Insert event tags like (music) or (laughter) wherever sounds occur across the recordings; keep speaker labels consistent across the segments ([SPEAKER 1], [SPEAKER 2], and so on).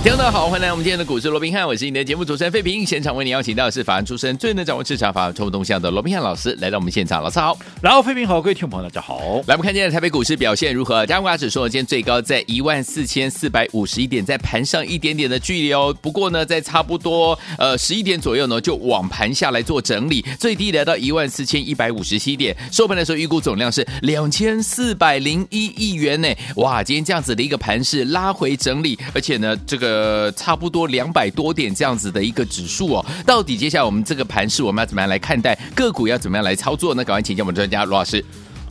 [SPEAKER 1] 听众大家好，欢迎来到我们今天的股市罗宾汉，我是你的节目主持人费平。现场为你邀请到的是法案出身、最能掌握市场法案冲动向的罗宾汉老师，来到我们现场，老师好。
[SPEAKER 2] 然后，飞平好，各位听众朋友，大家好。
[SPEAKER 1] 来，我们看今天的台北股市表现如何？加权指数呢今天最高在一万四千四百五十一点，在盘上一点点的距离哦。不过呢，在差不多呃十一点左右呢，就往盘下来做整理，最低来到一万四千一百五十七点，收盘的时候预估总量是两千四百零一亿元呢。哇，今天这样子的一个盘势拉回整理，而且呢，这个差不多两百多点这样子的一个指数哦。到底接下来我们这个盘势我们要怎么样来看待？个股要怎么样来操作呢？赶快请教我们专家罗老师。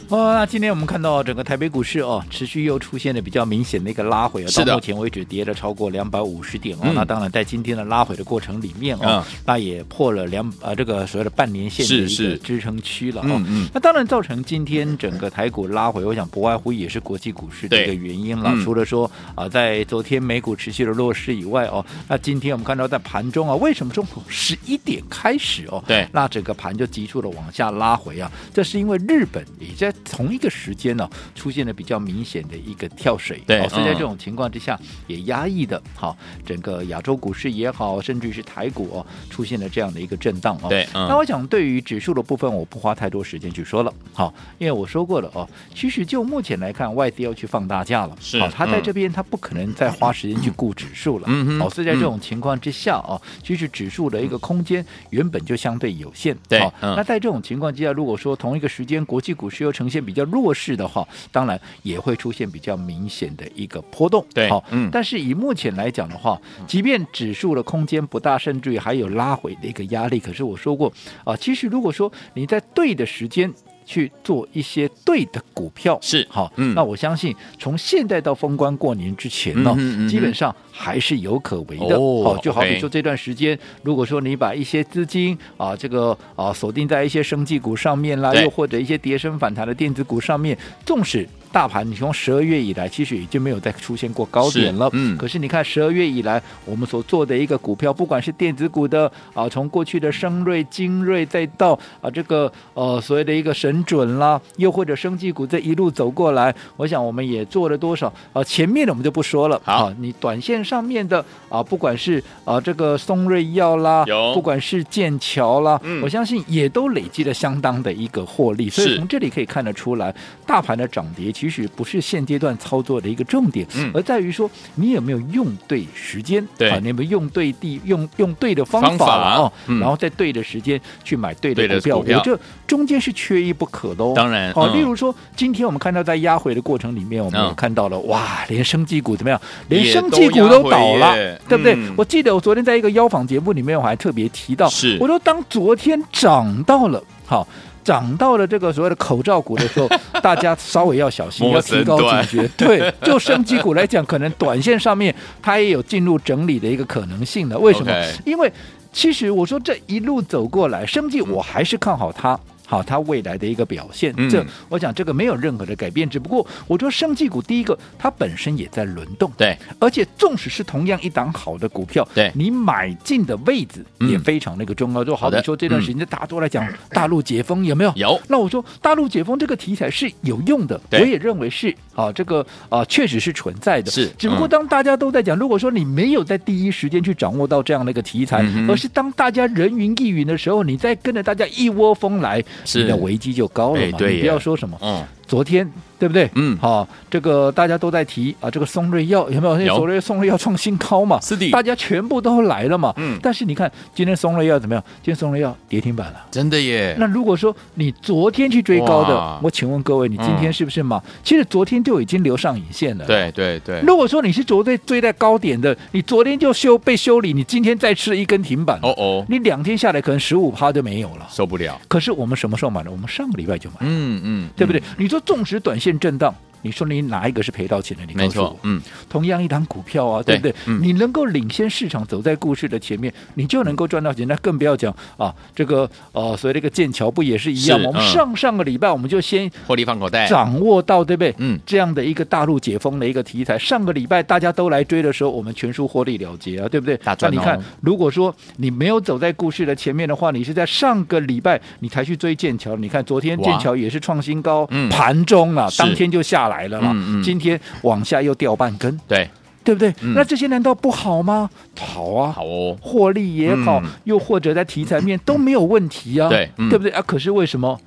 [SPEAKER 2] 哦，那今天我们看到整个台北股市哦，持续又出现了比较明显的一个拉回、哦，
[SPEAKER 1] 是的
[SPEAKER 2] 到目前为止跌了超过两百五十点哦。
[SPEAKER 1] 嗯
[SPEAKER 2] 那当然，在今天的拉回的过程里面哦，那也破了两呃这个所谓的半年线的
[SPEAKER 1] 是
[SPEAKER 2] 一个
[SPEAKER 1] 是
[SPEAKER 2] 支撑区了哦。
[SPEAKER 1] 嗯嗯
[SPEAKER 2] 那当然，造成今天整个台股拉回，我想不外乎也是国际股市的
[SPEAKER 1] 对
[SPEAKER 2] 一个原因了
[SPEAKER 1] 嗯。
[SPEAKER 2] 除了说啊、在昨天美股持续的弱势以外哦，那今天我们看到在盘中啊，为什么中午十一点开始哦，
[SPEAKER 1] 对
[SPEAKER 2] 那整个盘就急速的往下拉回啊，这是因为日本也在同一个时间呢、出现了比较明显的一个跳水，
[SPEAKER 1] 对
[SPEAKER 2] 哦所以
[SPEAKER 1] 嗯
[SPEAKER 2] 在这种情况之下，也压抑的好、整个亚洲股市也好，甚至是台股哦，出现了这样的一个震荡哦，
[SPEAKER 1] 对嗯
[SPEAKER 2] 那我想对于指数的部分，我不花太多时间去说了，好，因为我说过了哦，其实就目前来看，外资要去放大假了，
[SPEAKER 1] 是
[SPEAKER 2] 好，它在
[SPEAKER 1] 嗯
[SPEAKER 2] 这边它不可能再花时间去顾指数了，
[SPEAKER 1] 嗯哼
[SPEAKER 2] 好，所以在这种情况之下哦，其实指数的一个空间原本就相对有限，
[SPEAKER 1] 对
[SPEAKER 2] 好
[SPEAKER 1] 嗯
[SPEAKER 2] 那在这种情况之下，如果说同一个时间国际股市又呈现比较弱势的话，当然也会出现比较明显的一个波动，
[SPEAKER 1] 对
[SPEAKER 2] 好，
[SPEAKER 1] 嗯
[SPEAKER 2] 但是以目前来讲的话，即便指数的空间不大，甚至于还有拉回的一个压力，可是我说过啊，其实如果说你在对的时间。去做一些对的股票
[SPEAKER 1] 是
[SPEAKER 2] 好，
[SPEAKER 1] 嗯
[SPEAKER 2] 那我相信从现在到封关过年之前呢、
[SPEAKER 1] 嗯哼嗯哼
[SPEAKER 2] 基本上还是有可为的。
[SPEAKER 1] 哦
[SPEAKER 2] 好，就好比
[SPEAKER 1] OK
[SPEAKER 2] 说这段时间，如果说你把一些资金啊，这个啊锁定在一些生技股上面啦，
[SPEAKER 1] 对
[SPEAKER 2] 又或者一些跌升反弹的电子股上面，纵使大盘你从十二月以来，其实已经没有再出现过高
[SPEAKER 1] 是
[SPEAKER 2] 点了，
[SPEAKER 1] 嗯
[SPEAKER 2] 可是你看十二月以来，我们所做的一个股票，不管是电子股的啊，从过去的升瑞、精锐，再到啊这个呃所谓的一个神准啦，又或者生技股这一路走过来，我想我们也做了多少啊？前面的我们就不说了，
[SPEAKER 1] 好
[SPEAKER 2] 啊，你短线上面的啊，不管是啊这个松瑞药啦
[SPEAKER 1] 有，
[SPEAKER 2] 不管是剑桥啦，
[SPEAKER 1] 嗯
[SPEAKER 2] 我相信也都累积了相当的一个获利，所
[SPEAKER 1] 是
[SPEAKER 2] 以从这里可以看得出来，大盘的涨跌其实不是现阶段操作的一个重点，
[SPEAKER 1] 嗯
[SPEAKER 2] 而在于说你有没有用对时间，
[SPEAKER 1] 对
[SPEAKER 2] 啊，你有没有用对地，用用对的方
[SPEAKER 1] 方
[SPEAKER 2] 法
[SPEAKER 1] 法
[SPEAKER 2] 了哦，
[SPEAKER 1] 嗯
[SPEAKER 2] 然后在对的时间去买对的
[SPEAKER 1] 对的
[SPEAKER 2] 股票，
[SPEAKER 1] 股票
[SPEAKER 2] 我这中间是缺一不可的哦。
[SPEAKER 1] 当然
[SPEAKER 2] 哦，
[SPEAKER 1] 嗯
[SPEAKER 2] 例如说今天我们看到在压回的过程里面，我们
[SPEAKER 1] 嗯
[SPEAKER 2] 有看到了，哇，连生技股怎么样，连
[SPEAKER 1] 也
[SPEAKER 2] 生
[SPEAKER 1] 都
[SPEAKER 2] 技股
[SPEAKER 1] 压
[SPEAKER 2] 都
[SPEAKER 1] 回
[SPEAKER 2] 倒了
[SPEAKER 1] 耶，
[SPEAKER 2] 对不对
[SPEAKER 1] 嗯？
[SPEAKER 2] 我记得我昨天在一个邀访节目里面，我还特别提到，
[SPEAKER 1] 是
[SPEAKER 2] 我说当昨天涨到了，好。涨到了这个所谓的口罩股的
[SPEAKER 1] (laughs)
[SPEAKER 2] 时候，大家稍微要小心，
[SPEAKER 1] 莫
[SPEAKER 2] 要提
[SPEAKER 1] 神
[SPEAKER 2] 高
[SPEAKER 1] 断
[SPEAKER 2] 警觉。对，就升级股来讲，可能短线上面它也有进入整理的一个可能性的。为什么
[SPEAKER 1] OK
[SPEAKER 2] 因为其实我说这一路走过来，生计我还是看好它。好，它未来的一个表现，
[SPEAKER 1] 嗯
[SPEAKER 2] 这我讲这个没有任何的改变，只不过我说生技股第一个它本身也在轮动，
[SPEAKER 1] 对，
[SPEAKER 2] 而且纵使是同样一档好的股票，
[SPEAKER 1] 对
[SPEAKER 2] 你买进的位置也
[SPEAKER 1] 嗯
[SPEAKER 2] 非常那个重要。就好
[SPEAKER 1] 好的嗯
[SPEAKER 2] 比说这段时间大家都来讲大陆解封，有没有？
[SPEAKER 1] 有
[SPEAKER 2] 那我说大陆解封这个题材是有用的，我
[SPEAKER 1] 对
[SPEAKER 2] 也认为是啊，这个啊确实是存在的。
[SPEAKER 1] 是
[SPEAKER 2] 只不过
[SPEAKER 1] 嗯
[SPEAKER 2] 当大家都在讲，如果说你没有在第一时间去掌握到这样的一个题材
[SPEAKER 1] 嗯，哼
[SPEAKER 2] 而是当大家人云亦云的时候，你再跟着大家一窝蜂来，
[SPEAKER 1] 是
[SPEAKER 2] 你的危机就高了
[SPEAKER 1] 哎
[SPEAKER 2] 嘛。
[SPEAKER 1] 对
[SPEAKER 2] 你不
[SPEAKER 1] 耶
[SPEAKER 2] 要说什么
[SPEAKER 1] 嗯，
[SPEAKER 2] 昨天对不对？
[SPEAKER 1] 嗯
[SPEAKER 2] 好、这个大家都在提啊，这个松瑞药有没有？因为
[SPEAKER 1] 有
[SPEAKER 2] 昨天松瑞药创新高嘛，
[SPEAKER 1] 是的
[SPEAKER 2] 大家全部都来了嘛。
[SPEAKER 1] 嗯
[SPEAKER 2] 但是你看今天松瑞药怎么样？今天松瑞药跌停板了。
[SPEAKER 1] 真的耶，
[SPEAKER 2] 那如果说你昨天去追高
[SPEAKER 1] 哇
[SPEAKER 2] 的，我请问各位，你今天
[SPEAKER 1] 嗯
[SPEAKER 2] 是不是嘛？其实昨天就已经留上影线了。。
[SPEAKER 1] 对对对，
[SPEAKER 2] 如果说你是昨天追在高点的，你昨天就修被修理，你今天再吃一根停板，
[SPEAKER 1] 哦哦，
[SPEAKER 2] 你两天下来可能十五趴就没有了。
[SPEAKER 1] 受不了，
[SPEAKER 2] 可是我们什么时候买的？我们上个礼拜就买了。
[SPEAKER 1] 嗯嗯，
[SPEAKER 2] 对不
[SPEAKER 1] 嗯
[SPEAKER 2] 对？？你说纵使短线震荡，你说你哪一个是赔到钱的？你告
[SPEAKER 1] 没
[SPEAKER 2] 诉
[SPEAKER 1] 错
[SPEAKER 2] 我，。
[SPEAKER 1] 嗯，
[SPEAKER 2] 同样一档股票啊，
[SPEAKER 1] 对
[SPEAKER 2] 对不对？
[SPEAKER 1] 嗯
[SPEAKER 2] 你能够领先市场，走在故事的前面，你就能够赚到钱。那更不要讲啊，这个呃，所谓这个剑桥不也是一样吗？
[SPEAKER 1] 是
[SPEAKER 2] 我们
[SPEAKER 1] 嗯
[SPEAKER 2] 上上个礼拜我们就先
[SPEAKER 1] 获利放口袋，
[SPEAKER 2] 掌握到，对不对？
[SPEAKER 1] 哎嗯
[SPEAKER 2] 这样的一个大陆解封的一个题材，上个礼拜大家都来追的时候，我们全数获利了结啊，对不对？
[SPEAKER 1] 大赚哦
[SPEAKER 2] 那你看，如果说你没有走在故事的前面的话，你是在上个礼拜你才去追剑桥，你看昨天
[SPEAKER 1] 哇
[SPEAKER 2] 剑桥也是创新高，
[SPEAKER 1] 嗯
[SPEAKER 2] 盘中了，
[SPEAKER 1] 是
[SPEAKER 2] 当天就下来了啦，
[SPEAKER 1] 嗯嗯
[SPEAKER 2] 今天往下又掉半根，
[SPEAKER 1] 对，
[SPEAKER 2] 对不对？
[SPEAKER 1] 嗯
[SPEAKER 2] 那这些难道不好吗？好啊，
[SPEAKER 1] 好哦，
[SPEAKER 2] 获利也好，
[SPEAKER 1] 嗯
[SPEAKER 2] 又或者在题材面都没有问题啊，
[SPEAKER 1] 对嗯
[SPEAKER 2] 对不对啊？可是为什么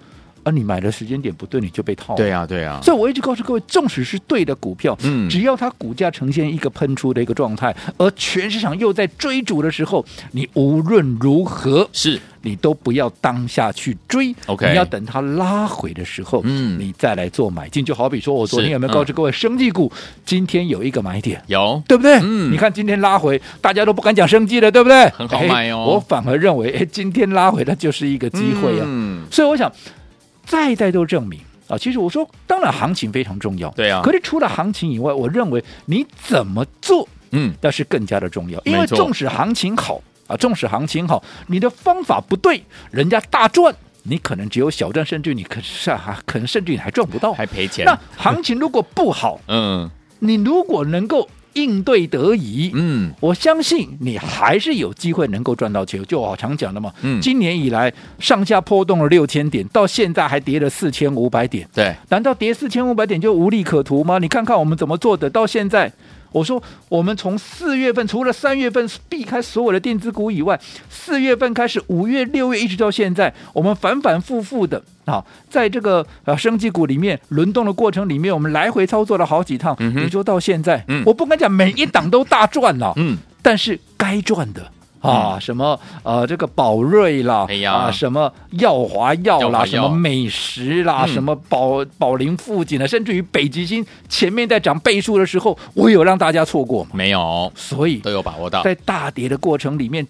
[SPEAKER 2] 啊？你买的时间点不对，你就被套了。
[SPEAKER 1] 对啊，对啊，
[SPEAKER 2] 所以我一直告诉各位，纵使是对的股票，
[SPEAKER 1] 嗯
[SPEAKER 2] 只要它股价呈现一个喷出的一个状态，而全市场又在追逐的时候，你无论如何。
[SPEAKER 1] 是
[SPEAKER 2] 你都不要当下去追
[SPEAKER 1] OK
[SPEAKER 2] 你要等它拉回的时候，
[SPEAKER 1] 嗯
[SPEAKER 2] 你再来做买进。就好比说，我昨天
[SPEAKER 1] 是嗯
[SPEAKER 2] 有没有告诉各位，生技股今天有一个买点，
[SPEAKER 1] 有，
[SPEAKER 2] 对不对？
[SPEAKER 1] 嗯
[SPEAKER 2] 你看今天拉回，大家都不敢讲生技了，对不对？
[SPEAKER 1] 很好买哦
[SPEAKER 2] 哎我反而认为，哎，今天拉回它就是一个机会啊。
[SPEAKER 1] 嗯，
[SPEAKER 2] 所以我想，再再都证明啊，其实我说，当然行情非常重要，
[SPEAKER 1] 对啊
[SPEAKER 2] 可是除了行情以外，我认为你怎么做，
[SPEAKER 1] 嗯，
[SPEAKER 2] 那是更加的重要，因
[SPEAKER 1] 没
[SPEAKER 2] 为
[SPEAKER 1] 错
[SPEAKER 2] 纵使行情好啊，纵使行情好，你的方法不对，人家大赚。你可能只有小赚，甚至你可是啊，可能甚至你还赚不到。
[SPEAKER 1] 还赔钱，
[SPEAKER 2] 哦那行情如果不好，
[SPEAKER 1] 嗯
[SPEAKER 2] 你如果能够应对得宜，
[SPEAKER 1] 嗯，
[SPEAKER 2] 我相信你还是有机会能够赚到钱。就我常讲的嘛，
[SPEAKER 1] 嗯
[SPEAKER 2] 今年以来上下波动了六千点，到现在还跌了四千五百点，
[SPEAKER 1] 对，
[SPEAKER 2] 难道跌四千五百点就无利可图吗？你看看我们怎么做的，到现在。我说，我们从四月份除了三月份避开所有的电子股以外，四月份开始，五月、六月一直到现在，我们反反复复的啊，在这个呃升级股里面轮动的过程里面，我们来回操作了好几趟。
[SPEAKER 1] 嗯哼
[SPEAKER 2] 你说到现在，
[SPEAKER 1] 嗯
[SPEAKER 2] 我不敢讲每一档都大赚了、
[SPEAKER 1] 嗯，
[SPEAKER 2] 但是该赚的。啊，什么呃，这个宝瑞啦，
[SPEAKER 1] 哎呀
[SPEAKER 2] 啊，什么耀华
[SPEAKER 1] 耀华
[SPEAKER 2] 药
[SPEAKER 1] 药
[SPEAKER 2] 啦，什么美食啦，
[SPEAKER 1] 嗯
[SPEAKER 2] 什么宝宝林富锦啦，啊甚至于北极星前面在涨倍数的时候，我有让大家错过嘛，
[SPEAKER 1] 没有，
[SPEAKER 2] 所以
[SPEAKER 1] 都有把握到，
[SPEAKER 2] 在大跌的过程里面。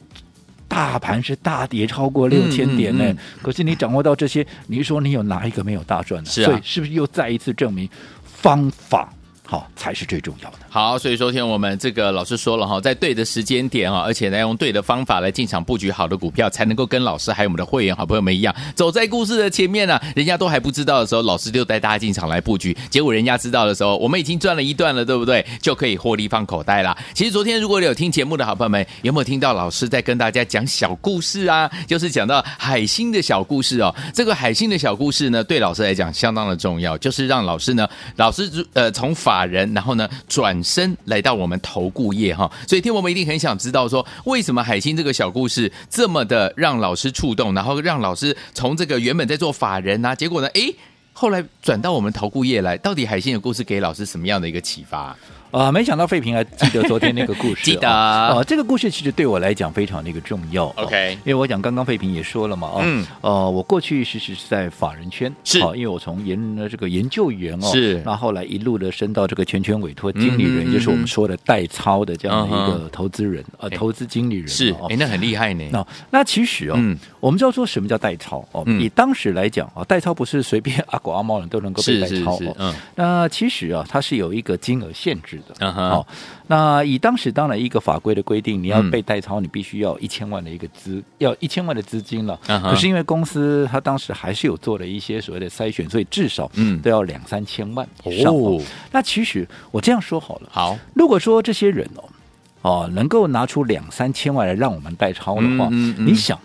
[SPEAKER 2] 大盘是大跌超过六千点呢、
[SPEAKER 1] 嗯嗯
[SPEAKER 2] 可是你掌握到这些，你说你有哪一个没有大赚呢？
[SPEAKER 1] 是啊
[SPEAKER 2] 所以是不是又再一次证明方法好才是最重要的？
[SPEAKER 1] 好，所以昨天我们这个老师说了哈，在对的时间点啊，而且呢用对的方法来进场布局好的股票，才能够跟老师还有我们的会员好朋友们一样，走在故事的前面呢、啊人家都还不知道的时候，老师就带大家进场来布局，结果人家知道的时候，我们已经赚了一段了，对不对？就可以获利放口袋啦。其实昨天如果有听节目的好朋友们，有没有听到老师在跟大家讲小故事啊？就是讲到海星的小故事哦，这个海星的小故事呢，对老师来讲相当的重要，就是让老师呢，老师呃从法人，然后呢转身来到我们投顾业哈，所以听我们一定很想知道说，为什么海星这个小故事这么的让老师触动，然后让老师从这个原本在做法人啊，结果呢，诶，后来转到我们投顾业来，到底海星的故事给老师什么样的一个启发？
[SPEAKER 2] 啊，没想到费平还记得昨天那个故事，
[SPEAKER 1] (laughs) 记得
[SPEAKER 2] 啊、这个故事其实对我来讲非常的一个重要、哦
[SPEAKER 1] OK
[SPEAKER 2] 因为我讲刚刚费平也说了嘛，哦，
[SPEAKER 1] 嗯
[SPEAKER 2] 呃，我过去其实是在法人圈，
[SPEAKER 1] 是
[SPEAKER 2] 哦，因为我从研呃这个研究员哦，
[SPEAKER 1] 是
[SPEAKER 2] 那后来一路的升到这个全权委托经理人，
[SPEAKER 1] 嗯
[SPEAKER 2] 就是我们说的代操的这样的一
[SPEAKER 1] 嗯
[SPEAKER 2] 个投资人，呃，
[SPEAKER 1] 哎
[SPEAKER 2] 投资经理人、哦，
[SPEAKER 1] 是，诶，那很厉害呢。
[SPEAKER 2] 那那其实哦，
[SPEAKER 1] 嗯
[SPEAKER 2] 我们知道说什么叫代操哦，
[SPEAKER 1] 嗯
[SPEAKER 2] 以当时来讲啊，代操不是随便阿狗阿猫人都能够被
[SPEAKER 1] 是
[SPEAKER 2] 代
[SPEAKER 1] 是
[SPEAKER 2] 操
[SPEAKER 1] 是
[SPEAKER 2] 哦，
[SPEAKER 1] 嗯
[SPEAKER 2] 那其实啊，它是有一个金额限制的。
[SPEAKER 1] 嗯哼
[SPEAKER 2] 哦，那以当时当然一个法规的规定，你要
[SPEAKER 1] 嗯
[SPEAKER 2] 被代操，你必须要一千万的一个资，要一千万的资金了。
[SPEAKER 1] 嗯哼
[SPEAKER 2] 可是因为公司它当时还是有做了一些所谓的筛选，所以至少
[SPEAKER 1] 嗯
[SPEAKER 2] 都要两三千万以上。
[SPEAKER 1] 哦
[SPEAKER 2] 哦，那其实我这样说好了，
[SPEAKER 1] 好，
[SPEAKER 2] 如果说这些人哦，哦，能够拿出两三千万来让我们代抄的话，
[SPEAKER 1] 嗯嗯嗯
[SPEAKER 2] 你想，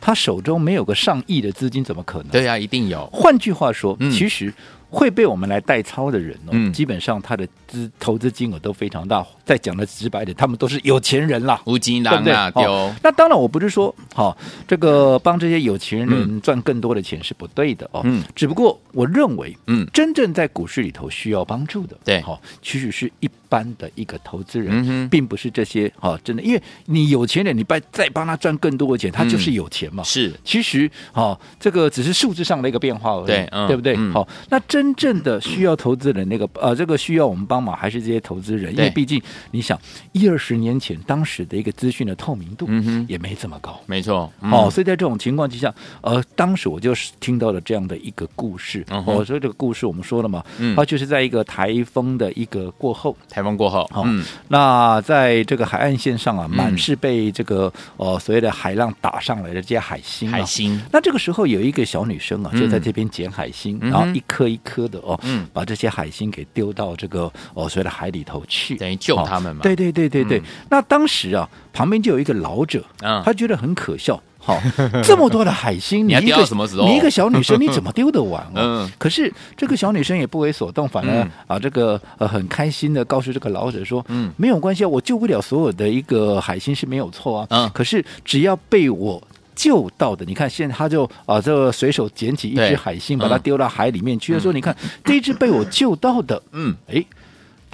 [SPEAKER 2] 他手中没有个上亿的资金，怎么可能？
[SPEAKER 1] 对啊，一定有，
[SPEAKER 2] 换句话说，
[SPEAKER 1] 嗯
[SPEAKER 2] 其实会被我们来代抄的人哦，
[SPEAKER 1] 嗯
[SPEAKER 2] 基本上他的资投资金额都非常大。再讲的直白一点，他们都是有钱人啦。
[SPEAKER 1] 吴金
[SPEAKER 2] 对不
[SPEAKER 1] 郎
[SPEAKER 2] 对？
[SPEAKER 1] 啊，丢
[SPEAKER 2] 哦，那当然，我不是说好、这个帮这些有钱人赚更多的钱是不对的哦。
[SPEAKER 1] 嗯
[SPEAKER 2] 只不过我认为，
[SPEAKER 1] 嗯
[SPEAKER 2] 真正在股市里头需要帮助的，哦
[SPEAKER 1] 对
[SPEAKER 2] 好、其实是一般的一个投资人，
[SPEAKER 1] 嗯哼
[SPEAKER 2] 并不是这些哦，真的，因为你有钱人，你再再帮他赚更多的钱，他
[SPEAKER 1] 嗯
[SPEAKER 2] 就是有钱嘛。
[SPEAKER 1] 是
[SPEAKER 2] 其实哦，这个只是数字上的一个变化而已，
[SPEAKER 1] 对嗯
[SPEAKER 2] 对不对？好、
[SPEAKER 1] 嗯
[SPEAKER 2] 那真正的需要投资人那个呃，这个需要我们帮忙还是这些投资人，因为
[SPEAKER 1] 对
[SPEAKER 2] 毕竟你想一二十年前当时的一个资讯的透明度，
[SPEAKER 1] 嗯哼
[SPEAKER 2] 也没这么高。
[SPEAKER 1] 没错，嗯
[SPEAKER 2] 哦，，所以在这种情况之下，呃，当时我就是听到了这样的一个故事。
[SPEAKER 1] 嗯哼
[SPEAKER 2] 哦，所以这个故事我们说了嘛，
[SPEAKER 1] 嗯
[SPEAKER 2] 它就是在一个台风的一个过后，
[SPEAKER 1] 台风过后，
[SPEAKER 2] 好
[SPEAKER 1] 嗯，
[SPEAKER 2] 那在这个海岸线上啊，
[SPEAKER 1] 嗯
[SPEAKER 2] 满是被这个呃所谓的海浪打上来的这些海星、啊，
[SPEAKER 1] 海星，
[SPEAKER 2] 那这个时候有一个小女生啊，
[SPEAKER 1] 嗯
[SPEAKER 2] 就在这边捡海星，
[SPEAKER 1] 嗯哼
[SPEAKER 2] 然后一颗一颗的哦，
[SPEAKER 1] 嗯
[SPEAKER 2] 把这些海星给丢到这个哦所谓的海里头去，
[SPEAKER 1] 等于救他们嘛
[SPEAKER 2] 哦对对对对对。
[SPEAKER 1] 嗯
[SPEAKER 2] 那当时啊，旁边就有一个老者，
[SPEAKER 1] 嗯
[SPEAKER 2] 他觉得很
[SPEAKER 1] (laughs)
[SPEAKER 2] 可笑。好、这么多的海星，
[SPEAKER 1] 你要
[SPEAKER 2] 一
[SPEAKER 1] 丢
[SPEAKER 2] 个
[SPEAKER 1] 到什么时候
[SPEAKER 2] 你一个小女生，你怎么丢得完、啊？
[SPEAKER 1] (laughs) 嗯
[SPEAKER 2] 可是这个小女生也不为所动，反而、
[SPEAKER 1] 嗯
[SPEAKER 2] 啊，这个呃很开心的告诉这个老者说，
[SPEAKER 1] 嗯
[SPEAKER 2] 没有关系啊，我救不了所有的一个海星是没有错啊，
[SPEAKER 1] 嗯
[SPEAKER 2] 可是只要被我。救到的，你看现在他就啊，这个随手捡起一
[SPEAKER 1] 对
[SPEAKER 2] 只海星，把它
[SPEAKER 1] 嗯
[SPEAKER 2] 丢到海里面去。他说：“你看，这一只被我救到的，
[SPEAKER 1] 嗯，
[SPEAKER 2] 哎，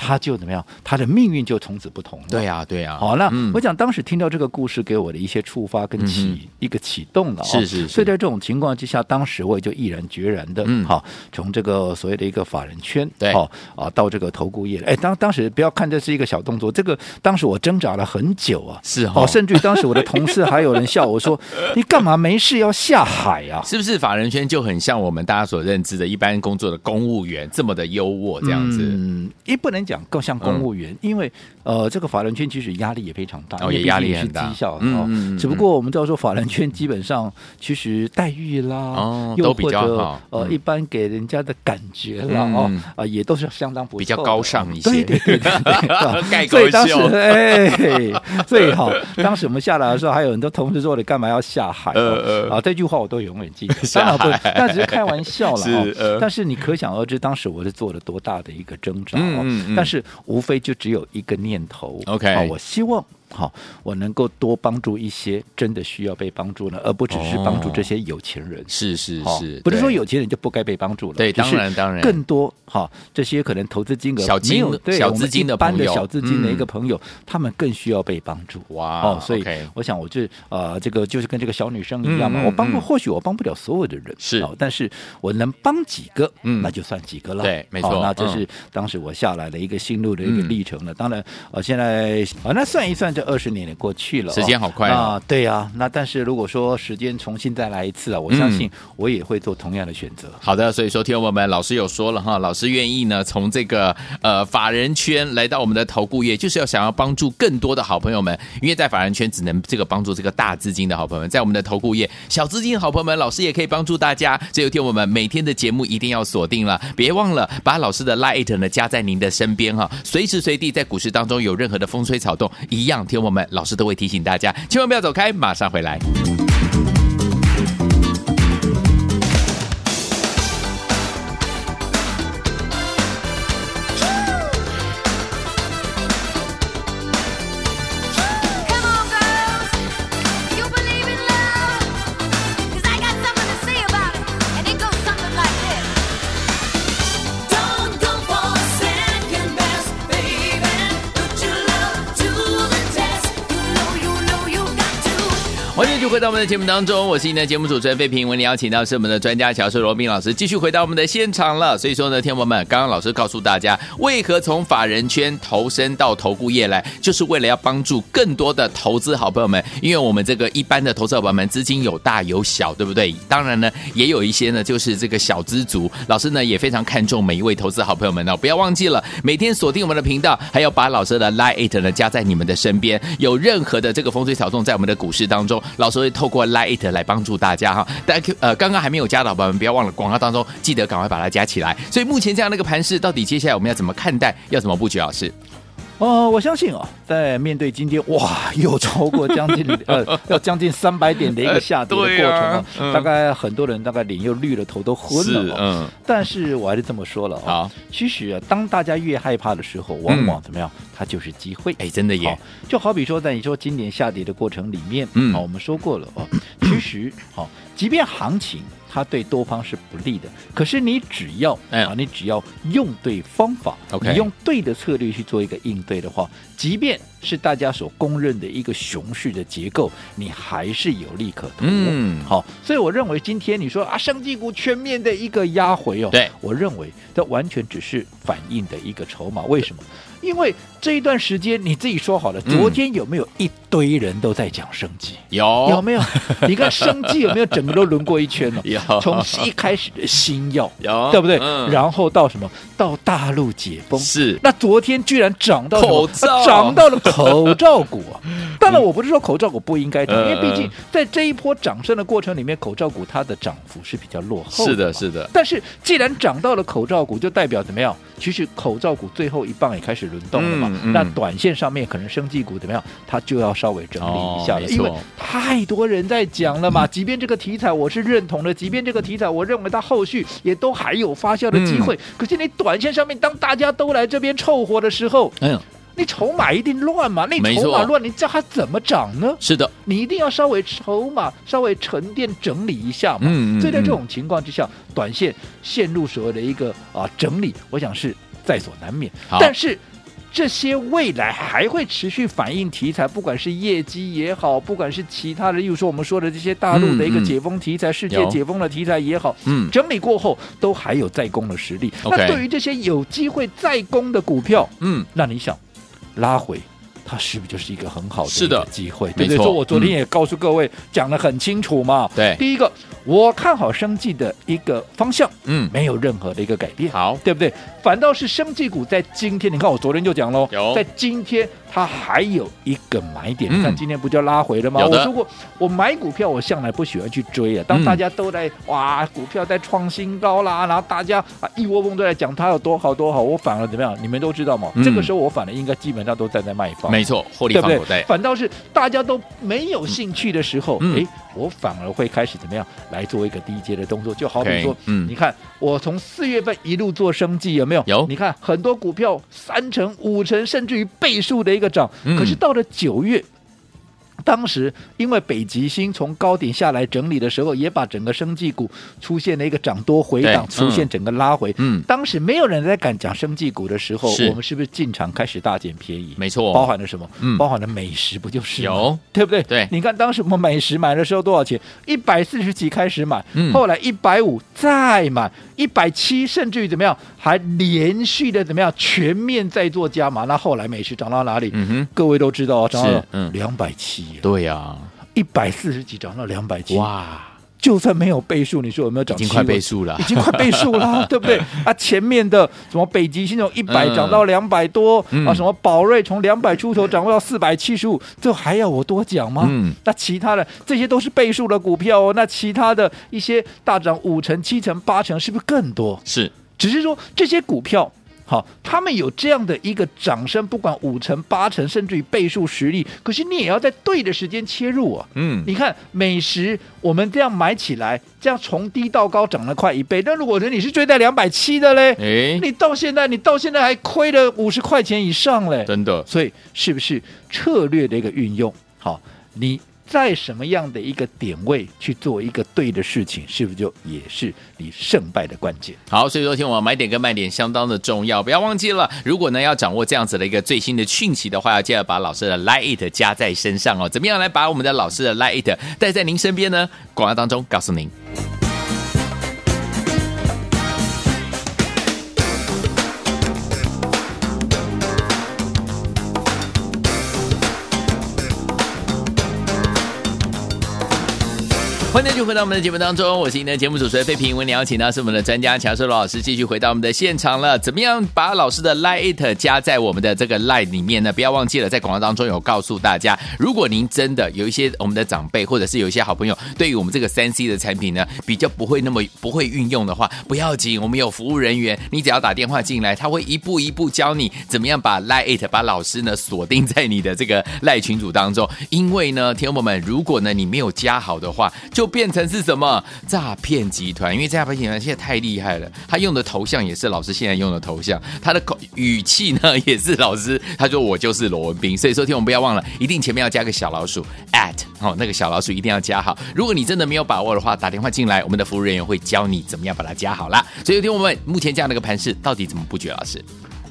[SPEAKER 2] 他就怎么样？他的命运就从此不同了。”
[SPEAKER 1] 对呀，对呀，
[SPEAKER 2] 好，那
[SPEAKER 1] 嗯
[SPEAKER 2] 我讲当时听到这个故事给我的一些触发跟
[SPEAKER 1] 嗯
[SPEAKER 2] 启、一个启动了、哦，
[SPEAKER 1] 是是是
[SPEAKER 2] 所以在这种情况之下，当时我也就毅然决然的，
[SPEAKER 1] 嗯
[SPEAKER 2] 好，从这个所谓的一个法人圈，
[SPEAKER 1] 对
[SPEAKER 2] 好啊，到这个投顾业，哎，当当时不要看这是一个小动作，这个当时我挣扎了很久啊，
[SPEAKER 1] 是哦
[SPEAKER 2] 哦，甚至于当时我的同事还有人笑
[SPEAKER 1] (laughs)
[SPEAKER 2] 我说，你干嘛没事要下海啊？
[SPEAKER 1] 是不是法人圈就很像我们大家所认知的一般工作的公务员这么的优渥这样子？
[SPEAKER 2] 嗯，也不能讲更像公务员，因为呃，这个法人圈其实压力也非常大，
[SPEAKER 1] 嗯哦
[SPEAKER 2] 因为
[SPEAKER 1] 也
[SPEAKER 2] 毕竟
[SPEAKER 1] 压力
[SPEAKER 2] 也是
[SPEAKER 1] 很大
[SPEAKER 2] 绩效的
[SPEAKER 1] 嗯
[SPEAKER 2] 哦
[SPEAKER 1] 嗯嗯
[SPEAKER 2] 只不过我们知道说法人圈基本上其实待遇啦，
[SPEAKER 1] 哦
[SPEAKER 2] 又
[SPEAKER 1] 都比
[SPEAKER 2] 或
[SPEAKER 1] 较
[SPEAKER 2] 者
[SPEAKER 1] 好
[SPEAKER 2] 呃，
[SPEAKER 1] 嗯
[SPEAKER 2] 一般给人家的感觉啦，
[SPEAKER 1] 嗯
[SPEAKER 2] 哦啊、也都是相当不错
[SPEAKER 1] 比
[SPEAKER 2] 的
[SPEAKER 1] 较高尚一些
[SPEAKER 2] 对对对对
[SPEAKER 1] (laughs)
[SPEAKER 2] 对对
[SPEAKER 1] 盖
[SPEAKER 2] 所
[SPEAKER 1] 狗
[SPEAKER 2] 以当时
[SPEAKER 1] 秀，
[SPEAKER 2] 哎，所以哈、当时我们下来的时候，还有很多同事说你干嘛要下海、哦？
[SPEAKER 1] 呃呃
[SPEAKER 2] 啊，这句话我都永远记得。
[SPEAKER 1] 下
[SPEAKER 2] 当然不
[SPEAKER 1] 海
[SPEAKER 2] 是，那只是开玩笑了、
[SPEAKER 1] (laughs)
[SPEAKER 2] 哦。
[SPEAKER 1] 是呃
[SPEAKER 2] 但是你可想而知，当时我是做了多大的一个挣扎哦。
[SPEAKER 1] 嗯嗯嗯
[SPEAKER 2] 但是无非就只有一个念头
[SPEAKER 1] OK
[SPEAKER 2] 啊我希望。好，我能够多帮助一些真的需要被帮助的，而不只是帮
[SPEAKER 1] 哦
[SPEAKER 2] 助这些有钱人。
[SPEAKER 1] 是是
[SPEAKER 2] 好
[SPEAKER 1] 是，
[SPEAKER 2] 不是说
[SPEAKER 1] 对
[SPEAKER 2] 有钱人就不该被帮助了，
[SPEAKER 1] 对
[SPEAKER 2] 只是
[SPEAKER 1] 当然当然
[SPEAKER 2] 更多哈，这些可能投资金额
[SPEAKER 1] 小金
[SPEAKER 2] 没有对
[SPEAKER 1] 小
[SPEAKER 2] 我们
[SPEAKER 1] 资金的
[SPEAKER 2] 一般
[SPEAKER 1] 朋
[SPEAKER 2] 的
[SPEAKER 1] 友
[SPEAKER 2] 小资金的
[SPEAKER 1] 嗯
[SPEAKER 2] 一个朋友，他们更需要被帮助。
[SPEAKER 1] 哇
[SPEAKER 2] 哦，所以
[SPEAKER 1] OK
[SPEAKER 2] 我想，我这呃，这个就是跟这个小女生一样嘛，
[SPEAKER 1] 嗯嗯
[SPEAKER 2] 我帮不，
[SPEAKER 1] 嗯
[SPEAKER 2] 或许我帮不了所有的人，
[SPEAKER 1] 是
[SPEAKER 2] 哦，但是我能帮几个，
[SPEAKER 1] 嗯
[SPEAKER 2] 那就算几个了。
[SPEAKER 1] 对没错
[SPEAKER 2] 哦那这
[SPEAKER 1] 嗯
[SPEAKER 2] 是当时我下来的一个心路的一个
[SPEAKER 1] 嗯
[SPEAKER 2] 历程了。当然，呃，现在啊，那算一算，这二十年也过去了哦，
[SPEAKER 1] 时间好快哦
[SPEAKER 2] 啊。对呀，那但是如果说时间重新再来一次啊，我相
[SPEAKER 1] 嗯
[SPEAKER 2] 信我也会做同样的选择。
[SPEAKER 1] 好的，所以说听众朋友们，老师有说了哈，老师愿意呢从这个呃法人圈来到我们的投顾业，就是要想要帮助更多的好朋友们，因为在法人圈只能这个帮助这个大资金的好朋友们，在我们的投顾业小资金的好朋友们，老师也可以帮助大家。所以听我们每天的节目一定要锁定了，别忘了把老师的 Light 呢加在您的身边哈，随时随地在股市当中有任何的风吹草动，一样听我们老师都会提醒大家，千万不要走开，马上回来。
[SPEAKER 3] Come on, girls, you believe in love? 'Cause I got something to say about it, and it goes something like this. Don't go for second best, baby. Put your love to the test. You know, you know, you got to.
[SPEAKER 1] 欢迎继续回到我们的节目当中，我是您的节目主持人费平。为您邀请到是我们的专家乔氏罗宾老师，继续回到我们的现场了。所以说呢，天友们，刚刚老师告诉大家，为何从法人圈投身到投顾业来，就是为了要帮助更多的投资好朋友们。因为我们这个一般的投资好朋友们，资金有大有小，对不对？当然呢，也有一些呢，就是这个小资族。老师呢也非常看重每一位投资好朋友们哦，不要忘记了每天锁定我们的频道，还有把老师的 Line It 呢加在你们的身边。有任何的这个风吹草动在我们的股市当中，老师会透过 Line It 来帮助大家哈。大家呃，刚刚还没有加的好朋友们，不要忘了广告当中记得赶快把它加起来。所以目前这样的一个盘势，到底接下来我们要怎么看待，要怎么布局？老师，
[SPEAKER 2] 哦，我相信哦，在面对今天哇， (laughs) 又超过将近呃，要将近三百点的一个下跌的过程、
[SPEAKER 1] 呃
[SPEAKER 2] 啊
[SPEAKER 1] (laughs) 对啊嗯
[SPEAKER 2] 大概很多人大概脸又绿了，头都昏了、哦。
[SPEAKER 1] 嗯，
[SPEAKER 2] 但是我还是这么说了、哦，
[SPEAKER 1] 好，
[SPEAKER 2] 其实啊，当大家越害怕的时候，往往怎么样，它就是机会。
[SPEAKER 1] 嗯哎，真的耶
[SPEAKER 2] 好，，就好比说，在你说今年下跌的过程里面，
[SPEAKER 1] 嗯 (coughs)
[SPEAKER 2] 好，我们说过了哦，其实好，即便行情它对多方是不利的。可是你只要、
[SPEAKER 1] 嗯
[SPEAKER 2] 啊，你只要用对方法
[SPEAKER 1] OK
[SPEAKER 2] 你用对的策略去做一个应对的话，即便是大家所公认的一个熊市的结构，你还是有利可图。
[SPEAKER 1] 嗯
[SPEAKER 2] 好，所以我认为今天你说啊，生技股全面的一个压回哦，
[SPEAKER 1] 对
[SPEAKER 2] 我认为这完全只是反映的一个筹码。为什么？因为这一段时间你自己说好了，
[SPEAKER 1] 嗯
[SPEAKER 2] 昨天有没有一堆人都在讲生技？
[SPEAKER 1] 有 (laughs)
[SPEAKER 2] 有没有？你看生技有没有整个都轮过一圈了、
[SPEAKER 1] 有
[SPEAKER 2] 从一开始的新药，
[SPEAKER 1] 有
[SPEAKER 2] 对不对？
[SPEAKER 1] 哦嗯
[SPEAKER 2] 然后到什么？到大陆解封。
[SPEAKER 1] 是
[SPEAKER 2] 那昨天居然涨到什么
[SPEAKER 1] 口罩
[SPEAKER 2] 啊
[SPEAKER 1] (laughs)
[SPEAKER 2] 涨到了口罩股、啊。当然，我不是说口罩股不应该涨，
[SPEAKER 1] 嗯
[SPEAKER 2] 因为毕竟在这一波涨升的过程里面，口罩股它的涨幅是比较落后
[SPEAKER 1] 是的，
[SPEAKER 2] 嘛
[SPEAKER 1] 是的，
[SPEAKER 2] 但是既然涨到了口罩股，就代表怎么样？其实口罩股最后一棒也开始轮动了
[SPEAKER 1] 嗯
[SPEAKER 2] 嘛。
[SPEAKER 1] 嗯
[SPEAKER 2] 那短线上面可能生技股怎么样，它就要稍微整理一下
[SPEAKER 1] 哦
[SPEAKER 2] 了，
[SPEAKER 1] 没
[SPEAKER 2] 因
[SPEAKER 1] 错嗯
[SPEAKER 2] 为太多人在讲了嘛。即便这个题材我是认同的，即便这个题材我认为它后续也都还有发酵的机
[SPEAKER 1] 嗯
[SPEAKER 2] 会，可是你短线上面当大家都来这边凑合的时候，
[SPEAKER 1] 嗯，
[SPEAKER 2] 你筹码一定乱嘛，你
[SPEAKER 1] 没错
[SPEAKER 2] 筹码乱，你叫它怎么涨呢？
[SPEAKER 1] 是的，
[SPEAKER 2] 你一定要稍微筹码稍微沉淀整理一下嘛。
[SPEAKER 1] 嗯嗯
[SPEAKER 2] 所以在这种情况之下，短线陷入所谓的一个啊整理，我想是在所难免
[SPEAKER 1] 好。
[SPEAKER 2] 但是。这些未来还会持续反映题材，不管是业绩也好，不管是其他的，例如说我们说的这些大陆的一个
[SPEAKER 1] 嗯嗯
[SPEAKER 2] 解封题材、世界
[SPEAKER 1] 有
[SPEAKER 2] 解封的题材也好，
[SPEAKER 1] 嗯
[SPEAKER 2] 整理过后都还有再攻的实力。
[SPEAKER 1] OK
[SPEAKER 2] 那对于这些有机会再攻的股票，
[SPEAKER 1] 嗯，
[SPEAKER 2] 那你想拉回，它是不是就是一个很好的
[SPEAKER 1] 是
[SPEAKER 2] 一
[SPEAKER 1] 的
[SPEAKER 2] 个机会？对不
[SPEAKER 1] 没
[SPEAKER 2] 对？
[SPEAKER 1] 错嗯
[SPEAKER 2] 所以我昨天也告诉各位、讲得很清楚嘛。
[SPEAKER 1] 对
[SPEAKER 2] 第一个我看好生计的一个方向，
[SPEAKER 1] 嗯，
[SPEAKER 2] 没有任何的一个改变。
[SPEAKER 1] 好，
[SPEAKER 2] 对不对？反倒是生技股在今天，你看我昨天就讲喽
[SPEAKER 1] 有，
[SPEAKER 2] 在今天它还有一个买点。
[SPEAKER 1] 嗯
[SPEAKER 2] 你看今天不就拉回了吗？
[SPEAKER 1] 有的
[SPEAKER 2] 我说过，我买股票我向来不喜欢去追啊。当
[SPEAKER 1] 嗯
[SPEAKER 2] 大家都在、哇股票在创新高啦，然后大家啊一窝蜂都在讲它有多好多好，我反而怎么样？你们都知道吗？
[SPEAKER 1] 嗯
[SPEAKER 2] 这个时候我反而应该基本上都站在卖方。
[SPEAKER 1] 没错，获利
[SPEAKER 2] 对不
[SPEAKER 1] 放口
[SPEAKER 2] 对
[SPEAKER 1] 袋？，
[SPEAKER 2] 反倒是大家都没有兴趣的时候，
[SPEAKER 1] 嗯
[SPEAKER 2] 诶，我反而会开始怎么样来做一个低阶的动作？就好比
[SPEAKER 1] OK，
[SPEAKER 2] 说，
[SPEAKER 1] 嗯
[SPEAKER 2] 你看我从四月份一路做生计，有没有？
[SPEAKER 1] 有
[SPEAKER 2] 你看很多股票三成、五成，甚至于倍数的一个涨，
[SPEAKER 1] 嗯
[SPEAKER 2] 可是到了九月。当时因为北极星从高点下来整理的时候，也把整个生技股出现了一个涨多回
[SPEAKER 1] 对
[SPEAKER 2] 档，
[SPEAKER 1] 嗯
[SPEAKER 2] 出现整个拉回。
[SPEAKER 1] 嗯
[SPEAKER 2] 当时没有人在敢讲生技股的时候，
[SPEAKER 1] 是
[SPEAKER 2] 我们是不是进场开始大捡便宜？
[SPEAKER 1] 没错
[SPEAKER 2] 包含了什么？
[SPEAKER 1] 嗯
[SPEAKER 2] 包含了美食，不就是吗
[SPEAKER 1] 有
[SPEAKER 2] 对不对？
[SPEAKER 1] 对
[SPEAKER 2] 你看当时我们美食买的时候多少钱？一百四十几开始买，
[SPEAKER 1] 嗯
[SPEAKER 2] 后来一百五再买，一百七，甚至于怎么样，还连续的怎么样，全面在做加码。那后来美食涨到哪里？
[SPEAKER 1] 嗯哼，
[SPEAKER 2] 各位都知道啊，涨
[SPEAKER 1] 是
[SPEAKER 2] 到
[SPEAKER 1] 嗯
[SPEAKER 2] 两百七，
[SPEAKER 1] 对呀，
[SPEAKER 2] 一百四十几涨到两百七，
[SPEAKER 1] 哇，
[SPEAKER 2] 就算没有倍数，你说有没有
[SPEAKER 1] 已
[SPEAKER 2] 涨？
[SPEAKER 1] 经快倍。数了
[SPEAKER 2] 已，经快倍数
[SPEAKER 1] (laughs)
[SPEAKER 2] 啦，对不对？啊，前面的什么北极星从一百
[SPEAKER 1] 嗯
[SPEAKER 2] 涨到两百多、
[SPEAKER 1] 嗯
[SPEAKER 2] 啊，什么宝瑞从两百出头涨到四百七十五，这还要我多讲吗？
[SPEAKER 1] 嗯
[SPEAKER 2] 那其他的这些都是倍数的股票哦，那其他的一些大涨五成、七成、八成，是不是更多？
[SPEAKER 1] 是
[SPEAKER 2] 只是说这些股票。好，他们有这样的一个涨升，不管五成、八成，甚至于倍数实力，可是你也要在对的时间切入啊。
[SPEAKER 1] 嗯
[SPEAKER 2] 你看美食，我们这样买起来，这样从低到高涨了快一倍。但如果说你是追在两百七的嘞，
[SPEAKER 1] 哎，
[SPEAKER 2] 你到现在你到现在还亏了五十块钱以上嘞。
[SPEAKER 1] 真的
[SPEAKER 2] 所以是不是策略的一个运用？好，你在什么样的一个点位去做一个对的事情，是不是就也是你胜败的关键？
[SPEAKER 1] 好，所以说听我买点跟卖点相当的重要，不要忘记了。如果呢要掌握这样子的一个最新的讯息的话，要记得把老师的 Lite It 加在身上哦。怎么样来把我们的老师的 Lite It 带在您身边呢？广告当中告诉您。欢迎继续回到我们的节目当中，我是您的节目主持人费平。为您邀请到是我们的专家乔硕罗老师，继续回到我们的现场了。怎么样把老师的 Lite 加在我们的这个 Lite 里面呢？不要忘记了，在广告当中有告诉大家，如果您真的有一些我们的长辈，或者是有一些好朋友，对于我们这个三 C 的产品呢，比较不会那么不会运用的话，不要紧，我们有服务人员，你只要打电话进来，他会一步一步教你怎么样把 Lite 把老师呢锁定在你的这个赖群组当中。因为呢，听众朋友们，如果呢你没有加好的话，就就变成是什么诈骗集团？因为诈骗集团现在太厉害了，他用的头像也是老师现在用的头像，他的口语气呢也是老师，他说我就是罗文斌。所以说，听我们不要忘了，一定前面要加个小老鼠 at 哦，那个小老鼠一定要加好。如果你真的没有把握的话，打电话进来，我们的服务人员会教你怎么样把它加好啦。所以，听我们目前这样的一个盘势，到底怎么布局？啊老师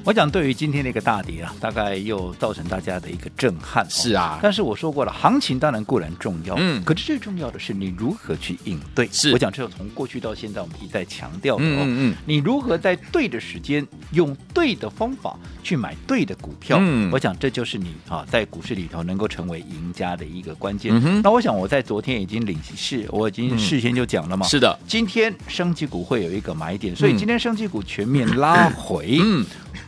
[SPEAKER 2] 我讲对于今天的一个大跌啊，大概又造成大家的一个震撼、
[SPEAKER 1] 是
[SPEAKER 2] 啊，
[SPEAKER 1] 啊，
[SPEAKER 2] 但是我说过了，行情当然固然重要，
[SPEAKER 1] 嗯
[SPEAKER 2] 可是最重要的是你如何去应对。
[SPEAKER 1] 是
[SPEAKER 2] 我讲这个从过去到现在我们一再强调的哦，
[SPEAKER 1] 嗯嗯嗯，
[SPEAKER 2] 你如何在对的时间用对的方法去买对的股票？
[SPEAKER 1] 嗯
[SPEAKER 2] 我想这就是你啊，在股市里头能够成为赢家的一个关键。
[SPEAKER 1] 嗯哼
[SPEAKER 2] 那我想我在昨天已经领是，我已经
[SPEAKER 1] 嗯
[SPEAKER 2] 事先就讲了嘛。
[SPEAKER 1] 是的，
[SPEAKER 2] 今天升级股会有一个买点，所以
[SPEAKER 1] 嗯
[SPEAKER 2] 今天升级股全面拉回，
[SPEAKER 1] 嗯，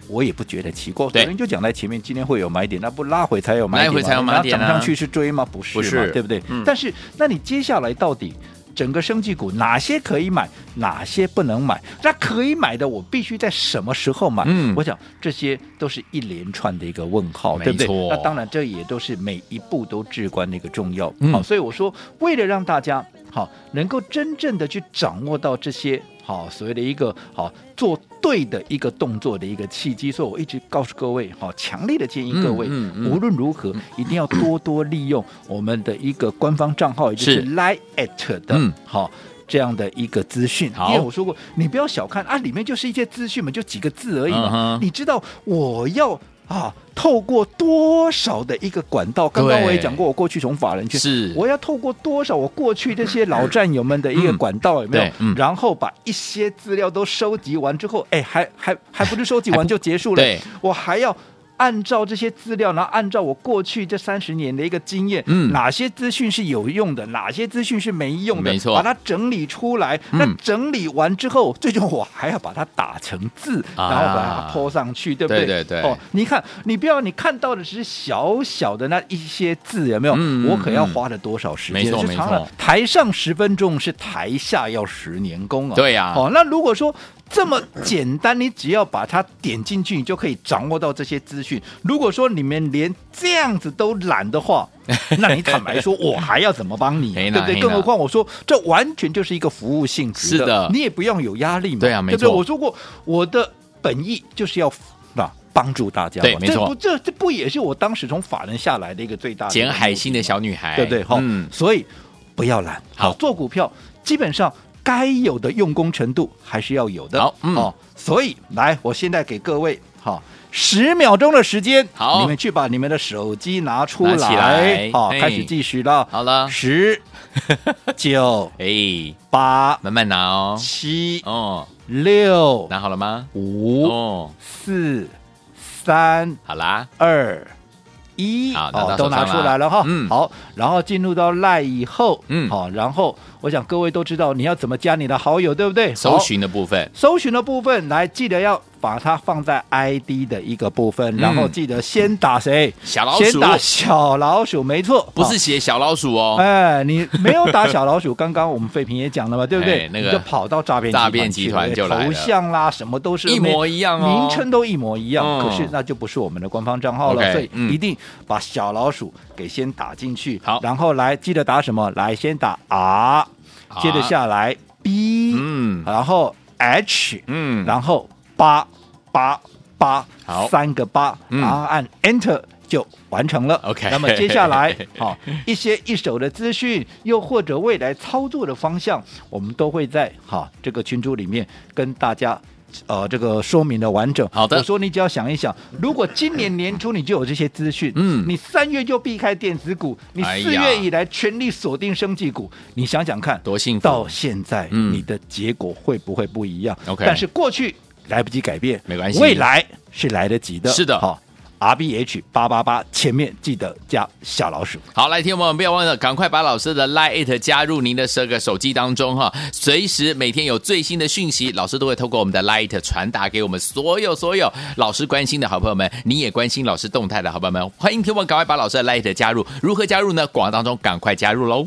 [SPEAKER 2] 我也不觉得奇怪。
[SPEAKER 1] 对
[SPEAKER 2] 昨天就讲在前面，今天会有买点，那不拉回才有买点
[SPEAKER 1] 拉
[SPEAKER 2] 吗，
[SPEAKER 1] 回才有买点啊
[SPEAKER 2] 那涨上去是追吗？不是
[SPEAKER 1] 不
[SPEAKER 2] 嘛，
[SPEAKER 1] 是
[SPEAKER 2] 对不对？
[SPEAKER 1] 嗯
[SPEAKER 2] 但是，那你接下来到底？整个生技股哪些可以买，哪些不能买？那可以买的，我必须在什么时候买？
[SPEAKER 1] 嗯
[SPEAKER 2] 我想这些都是一连串的一个问号，
[SPEAKER 1] 没
[SPEAKER 2] 对不对
[SPEAKER 1] 错？
[SPEAKER 2] 那当然，这也都是每一步都至关的一个重要。
[SPEAKER 1] 嗯
[SPEAKER 2] 好，所以我说，为了让大家好能够真正的去掌握到这些好所谓的一个好做对的一个动作的一个契机，所以我一直告诉各位，好强烈的建议
[SPEAKER 1] 嗯
[SPEAKER 2] 各位，
[SPEAKER 1] 嗯嗯
[SPEAKER 2] 无论如何一定要多多利用我们的一个官方账号，也就是是 Line at 的，
[SPEAKER 1] 嗯
[SPEAKER 2] 好。这样的一个资讯，
[SPEAKER 1] 好
[SPEAKER 2] 因为我说过，你不要小看啊，里面就是一些资讯嘛，就几个字而已嘛。
[SPEAKER 1] 嗯哼
[SPEAKER 2] 你知道我要啊，透过多少的一个管道？刚刚
[SPEAKER 1] 对
[SPEAKER 2] 我也讲过，我过去从法人去，
[SPEAKER 1] 是
[SPEAKER 2] 我要透过多少我过去这些老战友们的一个
[SPEAKER 1] 嗯
[SPEAKER 2] 管道有没有
[SPEAKER 1] 对？嗯
[SPEAKER 2] 然后把一些资料都收集完之后，哎，还还还不是收集
[SPEAKER 1] 还
[SPEAKER 2] 完
[SPEAKER 1] 不
[SPEAKER 2] 就结束了？
[SPEAKER 1] 对，
[SPEAKER 2] 我还要。按照这些资料，然后按照我过去这三十年的一个经验，
[SPEAKER 1] 嗯
[SPEAKER 2] 哪些资讯是有用的，哪些资讯是没用的，
[SPEAKER 1] 没错
[SPEAKER 2] 把它整理出来。
[SPEAKER 1] 嗯
[SPEAKER 2] 那整理完之后，最终我还要把它打成字，
[SPEAKER 1] 啊
[SPEAKER 2] 然后把它泼上去，对不对？
[SPEAKER 1] 对对对
[SPEAKER 2] 哦，你看，你不要你看到的只是小小的那一些字，有没有？
[SPEAKER 1] 嗯嗯
[SPEAKER 2] 我可要
[SPEAKER 1] 嗯
[SPEAKER 2] 花了多少时间？
[SPEAKER 1] 没错
[SPEAKER 2] 是
[SPEAKER 1] 没
[SPEAKER 2] 长
[SPEAKER 1] 错
[SPEAKER 2] 了台上十分钟是台下要十年功啊。
[SPEAKER 1] 对呀
[SPEAKER 2] 哦，那如果说这么简单，你只要把它点进去，你就可以掌握到这些资讯。如果说你们连这样子都懒的
[SPEAKER 1] (laughs)
[SPEAKER 2] 话，那你坦白说，我还要怎么帮你？
[SPEAKER 1] 嘿
[SPEAKER 2] 对
[SPEAKER 1] 呐
[SPEAKER 2] 不对？
[SPEAKER 1] 嘿
[SPEAKER 2] 更何
[SPEAKER 1] 呐
[SPEAKER 2] 况我说，这完全就是一个服务性质
[SPEAKER 1] 是的
[SPEAKER 2] 你也不用有压力嘛。
[SPEAKER 1] 对啊没
[SPEAKER 2] 不对
[SPEAKER 1] 错
[SPEAKER 2] 我说过，我的本意就是要。啊，帮助大家嘛，
[SPEAKER 1] 对没
[SPEAKER 2] 这
[SPEAKER 1] 错
[SPEAKER 2] 不，这这不也是我当时从法人下来的一个最大的一个
[SPEAKER 1] 捡海
[SPEAKER 2] 啊目的
[SPEAKER 1] 星的
[SPEAKER 2] 吗
[SPEAKER 1] 小女孩，
[SPEAKER 2] 对不对？好、
[SPEAKER 1] 嗯，
[SPEAKER 2] 所以不要懒，
[SPEAKER 1] 好
[SPEAKER 2] 做股票基本上该有的用功程度还是要有的。
[SPEAKER 1] 好嗯
[SPEAKER 2] 哦，所以来，我现在给各位好。十秒钟的时间，
[SPEAKER 1] 好
[SPEAKER 2] 你们去把你们的手机拿出
[SPEAKER 1] 拿起来
[SPEAKER 2] 好，
[SPEAKER 1] 嘿
[SPEAKER 2] 开始计时了。
[SPEAKER 1] 好了
[SPEAKER 2] 十、九、
[SPEAKER 1] 哎，
[SPEAKER 2] 八、
[SPEAKER 1] 慢慢拿哦，
[SPEAKER 2] 七、
[SPEAKER 1] (laughs) 哦，
[SPEAKER 2] 六、
[SPEAKER 1] 拿好了吗？
[SPEAKER 2] 五、
[SPEAKER 1] 哦，
[SPEAKER 2] 四、三、
[SPEAKER 1] 好啦，
[SPEAKER 2] 二一，
[SPEAKER 1] 好拿到
[SPEAKER 2] 哦，
[SPEAKER 1] 手
[SPEAKER 2] 都拿
[SPEAKER 1] 上
[SPEAKER 2] 出
[SPEAKER 1] 了
[SPEAKER 2] 来了哈。
[SPEAKER 1] 嗯
[SPEAKER 2] 好，然后进入到赖以后，
[SPEAKER 1] 嗯
[SPEAKER 2] 好，然后我想各位都知道你要怎么加你的好友，对不对？
[SPEAKER 1] 搜
[SPEAKER 2] 好
[SPEAKER 1] 寻的部分，
[SPEAKER 2] 搜寻的部分，来记得要把它放在 ID 的一个部分，然后记得先打谁？
[SPEAKER 1] 嗯小老
[SPEAKER 2] 先
[SPEAKER 1] 鼠
[SPEAKER 2] 打小老鼠，没错，哦
[SPEAKER 1] 不
[SPEAKER 2] 好
[SPEAKER 1] 是写小老鼠哦，
[SPEAKER 2] 哎，你没有打小老鼠，刚刚我们废平也讲了嘛，对不对
[SPEAKER 1] 哎？那个
[SPEAKER 2] 你就跑到诈骗
[SPEAKER 1] 诈骗集团
[SPEAKER 2] 去
[SPEAKER 1] 就
[SPEAKER 2] 了
[SPEAKER 1] 来了
[SPEAKER 2] 头像啦，什么都是
[SPEAKER 1] 一模一样哦
[SPEAKER 2] 名称都一模一样，
[SPEAKER 1] 嗯
[SPEAKER 2] 可是那就不是我们的官方账号了
[SPEAKER 1] OK，
[SPEAKER 2] 所以
[SPEAKER 1] 嗯
[SPEAKER 2] 一定把小老鼠给先打进去，
[SPEAKER 1] 好
[SPEAKER 2] 然后来记得打什么？来先打 R，
[SPEAKER 1] R
[SPEAKER 2] 接着下来 B，
[SPEAKER 1] 嗯
[SPEAKER 2] 然后 H，
[SPEAKER 1] 嗯，
[SPEAKER 2] 然后八八八
[SPEAKER 1] 好，
[SPEAKER 2] 三个八，
[SPEAKER 1] 嗯
[SPEAKER 2] 然后按 Enter 就完成了。
[SPEAKER 1] OK
[SPEAKER 2] 那么接下
[SPEAKER 1] (laughs)
[SPEAKER 2] 来，好、一些一手的资讯，又或者未来操作的方向，我们都会在哈、这个群组里面跟大家。呃，这个说明的完整。
[SPEAKER 1] 好的
[SPEAKER 2] 我说你只要想一想，如果今年年初你就有这些资讯，
[SPEAKER 1] 嗯
[SPEAKER 2] 你三月就避开电子股，你
[SPEAKER 1] 哎
[SPEAKER 2] 四
[SPEAKER 1] 呀
[SPEAKER 2] 月以来全力锁定生技股，你想想看，
[SPEAKER 1] 多幸
[SPEAKER 2] 到
[SPEAKER 1] 福，
[SPEAKER 2] 现在，
[SPEAKER 1] 嗯
[SPEAKER 2] 你的结果会不会不一样
[SPEAKER 1] OK
[SPEAKER 2] 但是过去来不及改变，
[SPEAKER 1] 没关系
[SPEAKER 2] 未来是来得及的。
[SPEAKER 1] 是的
[SPEAKER 2] 好，R B H 八八八前面记得加小老鼠。
[SPEAKER 1] 好，来，听友们不要忘了，赶快把老师的 Line It 加入您的这个手机当中哈，随时每天有最新的讯息，老师都会透过我们的 Line It 传达给我们所有所有老师关心的好朋友们，你也关心老师动态的好朋友们，欢迎听友们赶快把老师的 Line It 加入，如何加入呢？广告当中赶快加入喽。